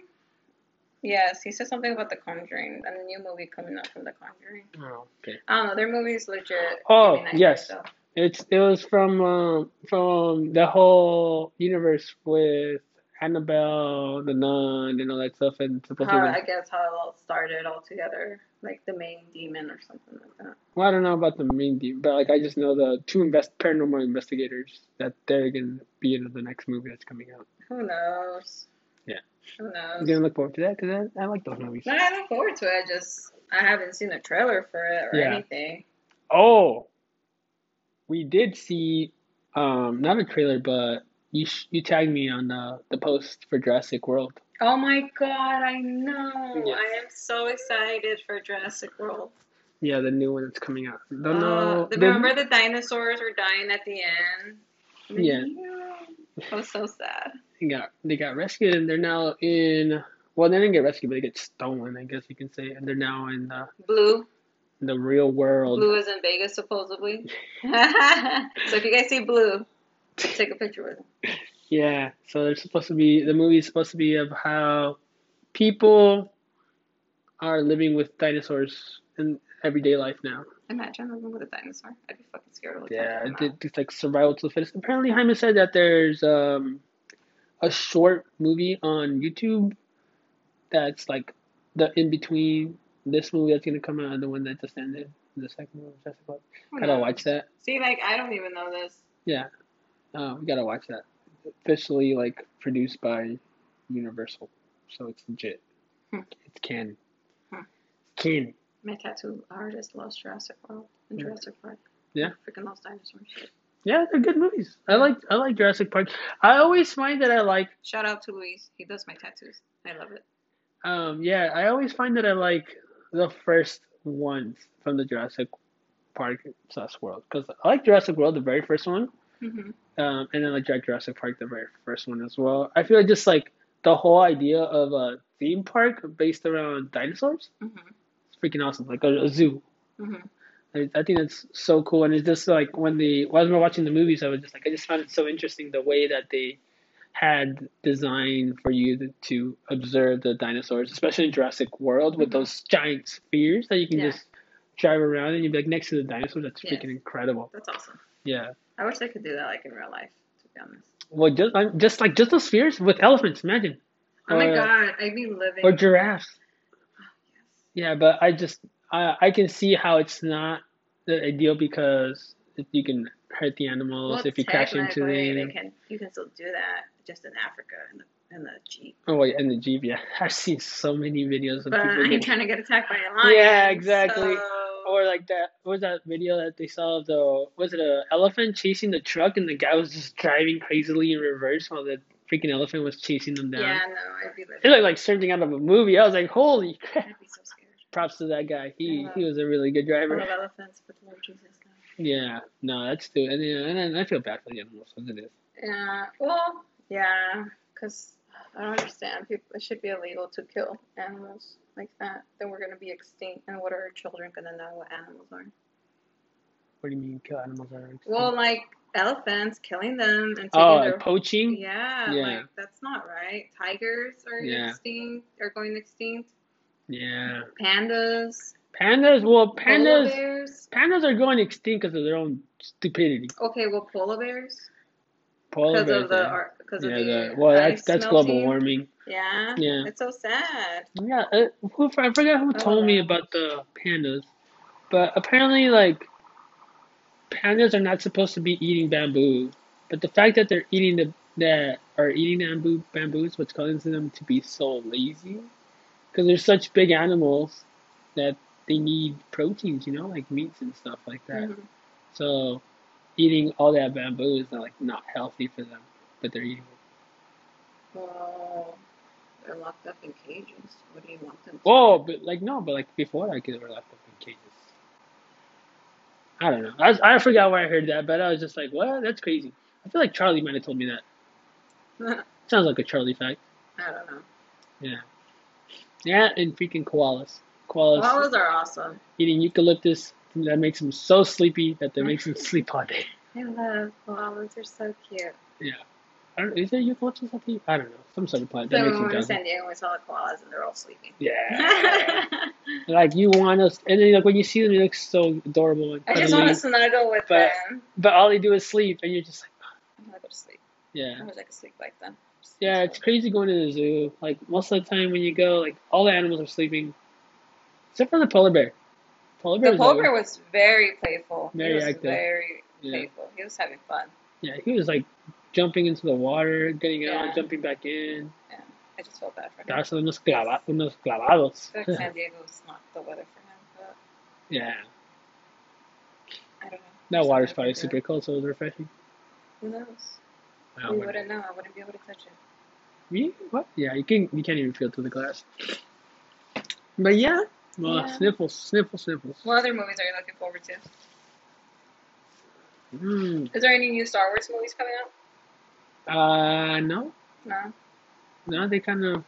Speaker 2: Yes, he said something about The Conjuring and the new movie coming out from The Conjuring.
Speaker 1: Oh, okay.
Speaker 2: I don't know. Their movies legit.
Speaker 1: Oh,
Speaker 2: Maybe not
Speaker 1: yes.
Speaker 2: so.
Speaker 1: It's it was from um from the whole universe with Annabelle, the nun, and all that stuff, and supposed
Speaker 2: How,
Speaker 1: to.
Speaker 2: I guess how it all started all together, like the main demon or something like that.
Speaker 1: Well, I don't know about the main deal, but like I just know the two invest paranormal investigators that they're gonna be in the next movie that's coming out.
Speaker 2: Who knows?
Speaker 1: Yeah.
Speaker 2: Who
Speaker 1: I'm
Speaker 2: knows?
Speaker 1: gonna look forward to that because I, I like those movies.
Speaker 2: No, I look forward to it. I just I haven't seen a trailer for it or
Speaker 1: Yeah.
Speaker 2: anything.
Speaker 1: Oh, we did see, um, not a trailer, but you sh- you tagged me on the the post for Jurassic World.
Speaker 2: Oh my god, I know.
Speaker 1: Yes.
Speaker 2: I am so excited for Jurassic World.
Speaker 1: Yeah, the new one that's coming out. Don't
Speaker 2: Uh,
Speaker 1: know.
Speaker 2: the-
Speaker 1: the-
Speaker 2: remember the dinosaurs were dying at the end?
Speaker 1: Yeah.
Speaker 2: It was so sad.
Speaker 1: they got they got rescued and they're now in. Well, they didn't get rescued, but they get stolen, I guess you can say, and they're now in the
Speaker 2: Blue.
Speaker 1: the real world.
Speaker 2: Blue is in Vegas supposedly. so if you guys see Blue, take a picture with him.
Speaker 1: Yeah, so there's supposed to be the movie is supposed to be of how people are living with dinosaurs in everyday life now.
Speaker 2: Imagine living with a dinosaur. I'd be fucking scared of a
Speaker 1: Yeah,
Speaker 2: dinosaur.
Speaker 1: it- it's like survival to the fittest. Apparently, Hyman said that there's um a short movie on YouTube that's like the in between this movie that's gonna come out and the one that just ended, the second one, Jurassic World.
Speaker 2: Who
Speaker 1: Gotta
Speaker 2: knows?
Speaker 1: watch that.
Speaker 2: See, like I don't even know this.
Speaker 1: Uh, we gotta watch that. Officially like produced by Universal, so it's legit.
Speaker 2: Hmm.
Speaker 1: It's canon.
Speaker 2: Hmm.
Speaker 1: Canon.
Speaker 2: My tattoo artist loves Jurassic World and
Speaker 1: Yeah.
Speaker 2: Jurassic Park.
Speaker 1: Yeah.
Speaker 2: Freaking loves dinosaur shit.
Speaker 1: Yeah, they're good movies. I like I like Jurassic Park. I always find that I like
Speaker 2: Shout out to Luis. He does my tattoos. I love it.
Speaker 1: um yeah, I always find that I like the first ones from the Jurassic Park slash world because I like Jurassic World, the very first one,
Speaker 2: Mm-hmm.
Speaker 1: um, and then I like Jurassic Park, the very first one as well. I feel like just like the whole idea of a theme park based around dinosaurs,
Speaker 2: Mm-hmm.
Speaker 1: it's freaking awesome. Like a, a zoo,
Speaker 2: Mm-hmm.
Speaker 1: I, I think that's so cool, and it's just like when the while we were watching the movies, I was just like, I just found it so interesting the way that they had designed for you to, to observe the dinosaurs, especially in Jurassic World with
Speaker 2: Mhm.
Speaker 1: those giant spheres that you can
Speaker 2: Yeah.
Speaker 1: just drive around and you'd be like next to the dinosaur. That's
Speaker 2: Yes.
Speaker 1: freaking incredible.
Speaker 2: That's awesome.
Speaker 1: Yeah.
Speaker 2: I wish they could do that like in real life, to be honest.
Speaker 1: Well, just I'm, just like just those spheres with elephants. Imagine.
Speaker 2: Oh my
Speaker 1: Or-
Speaker 2: god, I'd be living.
Speaker 1: or giraffes.
Speaker 2: Yes.
Speaker 1: Yeah, but I just I I can see how it's not the ideal because if you can hurt the animals
Speaker 2: Well,
Speaker 1: if you crash into
Speaker 2: technically, they
Speaker 1: them.
Speaker 2: can, you can still do that just in Africa in the, in the jeep.
Speaker 1: Oh wait, and the jeep. Yeah, I've seen so many videos of people.
Speaker 2: But I ain't
Speaker 1: getting-
Speaker 2: trying to get attacked by a lion.
Speaker 1: Yeah, exactly.
Speaker 2: so-
Speaker 1: Or like that. What was that video that they saw of the was it a elephant chasing the truck and the guy was just driving crazily in reverse while the freaking elephant was chasing them down.
Speaker 2: yeah, no, I'd be living.
Speaker 1: It looked like something out of a movie. I was like, holy crap!
Speaker 2: I'd be so scared.
Speaker 1: Props to that guy. He
Speaker 2: Yeah.
Speaker 1: he was a really good
Speaker 2: I
Speaker 1: driver.
Speaker 2: love elephants, but Lord Jesus. No.
Speaker 1: Yeah, no, that's too. And, yeah, and I, I feel bad for the animals as it is.
Speaker 2: Yeah. Well, yeah, because I don't understand. People, it should be illegal to kill animals like that. Then we're gonna be extinct, and what are our children gonna know what animals are?
Speaker 1: What do you mean kill animals are extinct?
Speaker 2: Well, like elephants, killing them and taking
Speaker 1: oh,
Speaker 2: their
Speaker 1: like poaching?
Speaker 2: yeah,
Speaker 1: Yeah.
Speaker 2: like that's not right. Tigers are
Speaker 1: Yeah.
Speaker 2: extinct. Are going extinct.
Speaker 1: Yeah.
Speaker 2: Pandas.
Speaker 1: Pandas, well,
Speaker 2: Polar
Speaker 1: pandas
Speaker 2: bears.
Speaker 1: pandas are going extinct because of their own stupidity.
Speaker 2: Okay, well, polar bears.
Speaker 1: Polar
Speaker 2: Because
Speaker 1: bears.
Speaker 2: of the
Speaker 1: Yeah,
Speaker 2: ar- because
Speaker 1: Yeah,
Speaker 2: of the
Speaker 1: the- well, that's
Speaker 2: ice
Speaker 1: that's global
Speaker 2: melting.
Speaker 1: warming.
Speaker 2: Yeah.
Speaker 1: Yeah.
Speaker 2: It's so sad.
Speaker 1: Yeah, uh, who, I forgot who
Speaker 2: Oh,
Speaker 1: told me
Speaker 2: wow.
Speaker 1: about the pandas, but apparently, like, pandas are not supposed to be eating bamboo. But the fact that they're eating the that are eating bamboo bamboo is what's causing them to be so lazy, because they're such big animals that they need proteins, you know, like meats and stuff like that.
Speaker 2: Mhm.
Speaker 1: So eating all that bamboo is not, like not healthy for them, but they're eating. it.
Speaker 2: Well, they're locked up in cages. What do you want them to
Speaker 1: Whoa, but like no, but like before I could were locked up in cages. I don't know. I, was- I forgot where I heard that, but I was just like, what? That's crazy. I feel like Charlie might have told me that.
Speaker 2: do? I
Speaker 1: Sounds like a Charlie fact.
Speaker 2: don't know.
Speaker 1: Yeah, and freaking koalas. Koalas
Speaker 2: Koalas are awesome.
Speaker 1: eating eucalyptus. That makes them so sleepy that that makes them sleep all day.
Speaker 2: I love koalas. They're so cute.
Speaker 1: I don't, is there eucalyptus up here? I don't know. Some sort of plant that
Speaker 2: So when
Speaker 1: makes
Speaker 2: we
Speaker 1: them
Speaker 2: went to
Speaker 1: dizzy.
Speaker 2: San Diego, we saw the koalas, and they're all sleeping.
Speaker 1: Yeah.
Speaker 2: I
Speaker 1: like you want us, and then like when you see them, they look so adorable and
Speaker 2: just
Speaker 1: cuddly,
Speaker 2: want to snuggle with
Speaker 1: But-
Speaker 2: them.
Speaker 1: but all they do is sleep, and you're just like,
Speaker 2: I'm gonna go to sleep. I
Speaker 1: yeah.
Speaker 2: wish I could sleep like them.
Speaker 1: Yeah, it's crazy going to the zoo. Like most of the time when you go, like all the animals are sleeping, except for the polar bear. Polar bear.
Speaker 2: The
Speaker 1: was
Speaker 2: polar
Speaker 1: like-
Speaker 2: bear was very playful.
Speaker 1: Very
Speaker 2: he was
Speaker 1: active.
Speaker 2: Very
Speaker 1: Yeah,
Speaker 2: playful. He was having fun.
Speaker 1: yeah, he was like jumping into the water, getting
Speaker 2: Yeah.
Speaker 1: out, jumping back in.
Speaker 2: I just felt bad for him.
Speaker 1: Darse unos, clava- unos clavados.
Speaker 2: I feel like San Diego's not the weather for him, but
Speaker 1: yeah,
Speaker 2: I don't know.
Speaker 1: that
Speaker 2: Just
Speaker 1: water's
Speaker 2: something
Speaker 1: probably
Speaker 2: like that.
Speaker 1: super cold, so it was refreshing.
Speaker 2: Who
Speaker 1: I
Speaker 2: knows? we
Speaker 1: don't know.
Speaker 2: wouldn't know. I wouldn't be able to touch it.
Speaker 1: Me? What? Yeah, you can you can't even feel through the glass. But yeah, well,
Speaker 2: Yeah.
Speaker 1: sniffles, sniffles, sniffles.
Speaker 2: What other movies are you looking forward to?
Speaker 1: Mm.
Speaker 2: Is there any new Star Wars movies coming out?
Speaker 1: Uh, no,
Speaker 2: No.
Speaker 1: no, they kind of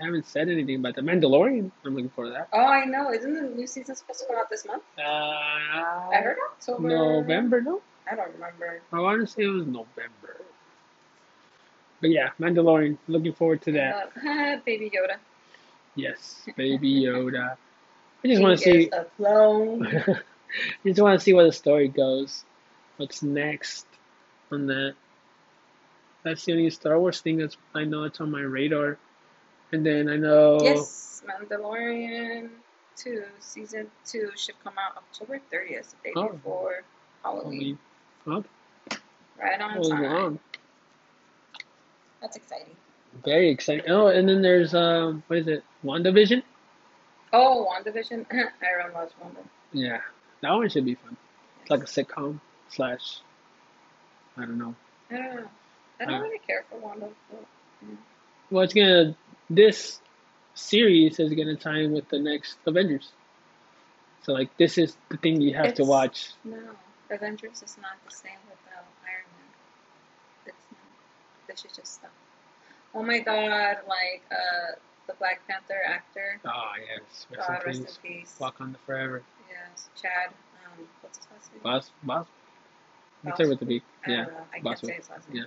Speaker 1: haven't said anything about the Mandalorian. I'm looking for that.
Speaker 2: Oh, I know. Isn't the new season supposed to come out this month?
Speaker 1: Uh,
Speaker 2: I heard October.
Speaker 1: November, no?
Speaker 2: I don't remember.
Speaker 1: I want to say it was November. But yeah, Mandalorian. Looking forward to that.
Speaker 2: Uh, Baby Yoda.
Speaker 1: Yes, Baby Yoda. I
Speaker 2: He
Speaker 1: just want to see.
Speaker 2: is a clone.
Speaker 1: just want to see where the story goes. What's next on that? That's the only Star Wars thing that's I know it's on my radar. And then I know
Speaker 2: Yes, Mandalorian two season two should come out October thirtieth, the day
Speaker 1: Oh.
Speaker 2: before Halloween.
Speaker 1: Halloween. Oh,
Speaker 2: Right on
Speaker 1: hold
Speaker 2: time.
Speaker 1: on.
Speaker 2: That's exciting.
Speaker 1: Very exciting. Oh, and then there's um, what is it? WandaVision.
Speaker 2: Oh, WandaVision. I don't watch Wanda.
Speaker 1: Yeah, that one should be fun. It's like a sitcom slash. I don't know.
Speaker 2: I don't know. I don't
Speaker 1: Uh.
Speaker 2: really care for Wanda. but-
Speaker 1: Well, it's gonna. This series is gonna tie in with the next Avengers. So like, this is the thing you have to
Speaker 2: It's-
Speaker 1: watch.
Speaker 2: No, Avengers is not the same without Iron Man. It's not. They should just stop. Oh my God! Like uh, the Black Panther actor.
Speaker 1: Ah yes, rest
Speaker 2: God
Speaker 1: in
Speaker 2: rest in
Speaker 1: peace.
Speaker 2: peace.
Speaker 1: Walk on the forever.
Speaker 2: Yes, Chad. Um, what's his last name?
Speaker 1: Boss, boss. What's there with the beak?
Speaker 2: I
Speaker 1: Yeah,
Speaker 2: don't know. I can't
Speaker 1: Boswick.
Speaker 2: say his last name.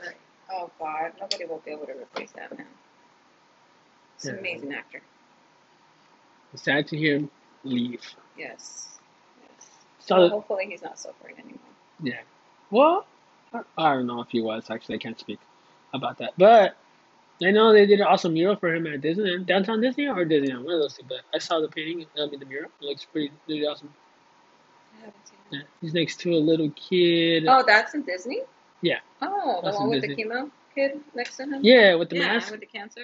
Speaker 2: But, oh God! Nobody will be able to replace that man. He's an
Speaker 1: Yeah.
Speaker 2: amazing actor.
Speaker 1: it's sad to hear him leave.
Speaker 2: Yes. Yes.
Speaker 1: So-
Speaker 2: hopefully he's not suffering anymore.
Speaker 1: Yeah. Well, I I don't know if he was actually. I can't speak about that. But I know they did an awesome mural for him at Disneyland, downtown Disney or Disneyland, one of those two. But I saw the painting, I mean the mural. It looks pretty, really awesome.
Speaker 2: I haven't seen it.
Speaker 1: Yeah. He's next to a little kid.
Speaker 2: Oh, that's in Disney?
Speaker 1: Yeah.
Speaker 2: Oh, the
Speaker 1: That's in
Speaker 2: one with
Speaker 1: Disney.
Speaker 2: the chemo kid next to him?
Speaker 1: Yeah, with the
Speaker 2: yeah,
Speaker 1: mask.
Speaker 2: with the cancer.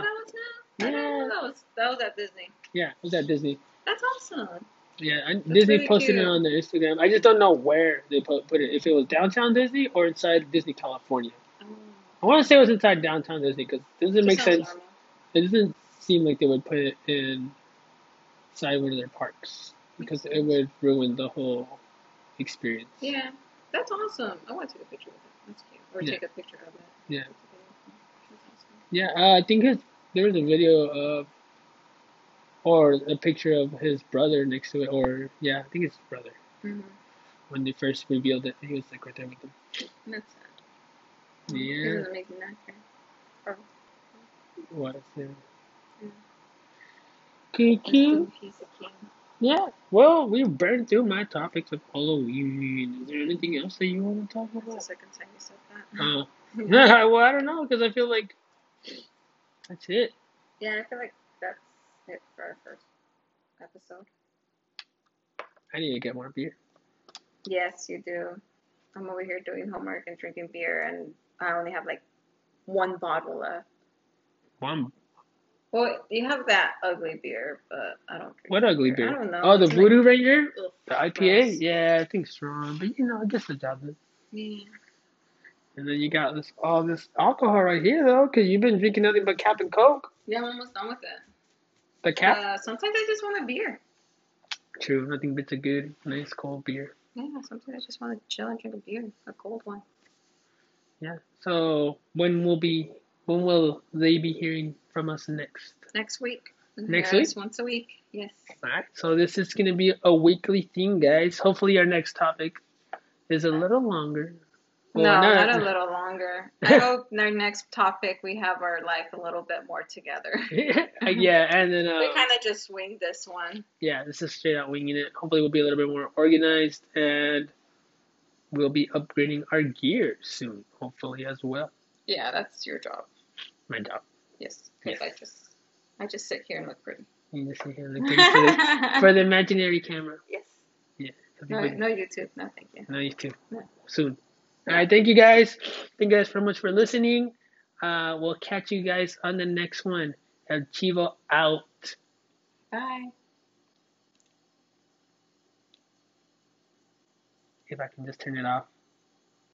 Speaker 1: Yeah.
Speaker 2: Oh, that was nice. I didn't know that was that was at Disney.
Speaker 1: Yeah, it was at Disney.
Speaker 2: That's awesome. Oh,
Speaker 1: Yeah, I, Disney
Speaker 2: really
Speaker 1: posted it
Speaker 2: cute.
Speaker 1: on their Instagram. I just don't know where they put, put it. If it was downtown Disney or inside Disney California.
Speaker 2: Oh,
Speaker 1: I want to say it was inside downtown Disney because it doesn't
Speaker 2: that
Speaker 1: make sense.
Speaker 2: sounds normal.
Speaker 1: It doesn't seem like they would put it in inside one of their parks because it would ruin the whole experience.
Speaker 2: Yeah, that's awesome. I want to take a picture of it. That's cute. Or
Speaker 1: Yeah.
Speaker 2: take a picture of it.
Speaker 1: Yeah.
Speaker 2: That's awesome.
Speaker 1: Yeah, uh, I think his, there was a video of, or a picture of his brother next to it, or yeah, I think it's his brother
Speaker 2: Mm-hmm.
Speaker 1: when they first revealed it. He was like right there with them.
Speaker 2: That's sad. He
Speaker 1: Yeah,
Speaker 2: was an amazing actor.
Speaker 1: what? Yeah.
Speaker 2: Yeah.
Speaker 1: Cuckoo.
Speaker 2: He's a king.
Speaker 1: Yeah. Well, we burned through my topics of Halloween. Is there anything else that you want to talk
Speaker 2: That's the
Speaker 1: about?
Speaker 2: second time you said that.
Speaker 1: Uh, well, I don't know because I feel like that's it.
Speaker 2: yeah, I feel like that's it for our first episode.
Speaker 1: I need to get more beer.
Speaker 2: Yes, you do. I'm over here doing homework and drinking beer, and I only have like one bottle left.
Speaker 1: Mom,
Speaker 2: Well, you have that ugly beer, but I don't drink.
Speaker 1: what ugly beer?
Speaker 2: I don't know.
Speaker 1: Oh, the
Speaker 2: It's like-
Speaker 1: Voodoo Ranger.
Speaker 2: Ugh,
Speaker 1: The
Speaker 2: gross.
Speaker 1: IPA, yeah, I think strong, but you know, it gets the job done.
Speaker 2: Yeah.
Speaker 1: And then you got this all this alcohol right here though, because you've been drinking nothing but Cap and Coke.
Speaker 2: Yeah, I'm almost done with it.
Speaker 1: The Cap,
Speaker 2: Uh, sometimes I just want a beer.
Speaker 1: true, nothing but a good, nice cold beer.
Speaker 2: Yeah, sometimes I just want to chill and drink a beer, a cold one.
Speaker 1: Yeah. So when will be when will they be hearing from us next?
Speaker 2: Next week.
Speaker 1: Next
Speaker 2: Yes, Once a week. Yes.
Speaker 1: Alright, so this is gonna be a weekly thing, guys. Hopefully, our next topic is a little longer. Well,
Speaker 2: no,
Speaker 1: not-
Speaker 2: not a little longer. I hope in our next topic we have our life a little bit more together.
Speaker 1: yeah, and then uh,
Speaker 2: We kind of just winged this one.
Speaker 1: yeah, this is straight out winging it. Hopefully, we'll be a little bit more organized and we'll be upgrading our gear soon, hopefully, as well.
Speaker 2: Yeah, that's your job.
Speaker 1: My job.
Speaker 2: Yes, because I just I just sit here and look pretty.
Speaker 1: You just see here looking for, the, for the imaginary camera.
Speaker 2: yes. No,
Speaker 1: Everybody,
Speaker 2: no YouTube. No, thank you.
Speaker 1: No, you too.
Speaker 2: No.
Speaker 1: Soon. All right, thank you guys. Thank you guys so much for listening. Uh, we'll catch you guys on the next one. El Chivo out.
Speaker 2: Bye.
Speaker 1: If I can just turn it off.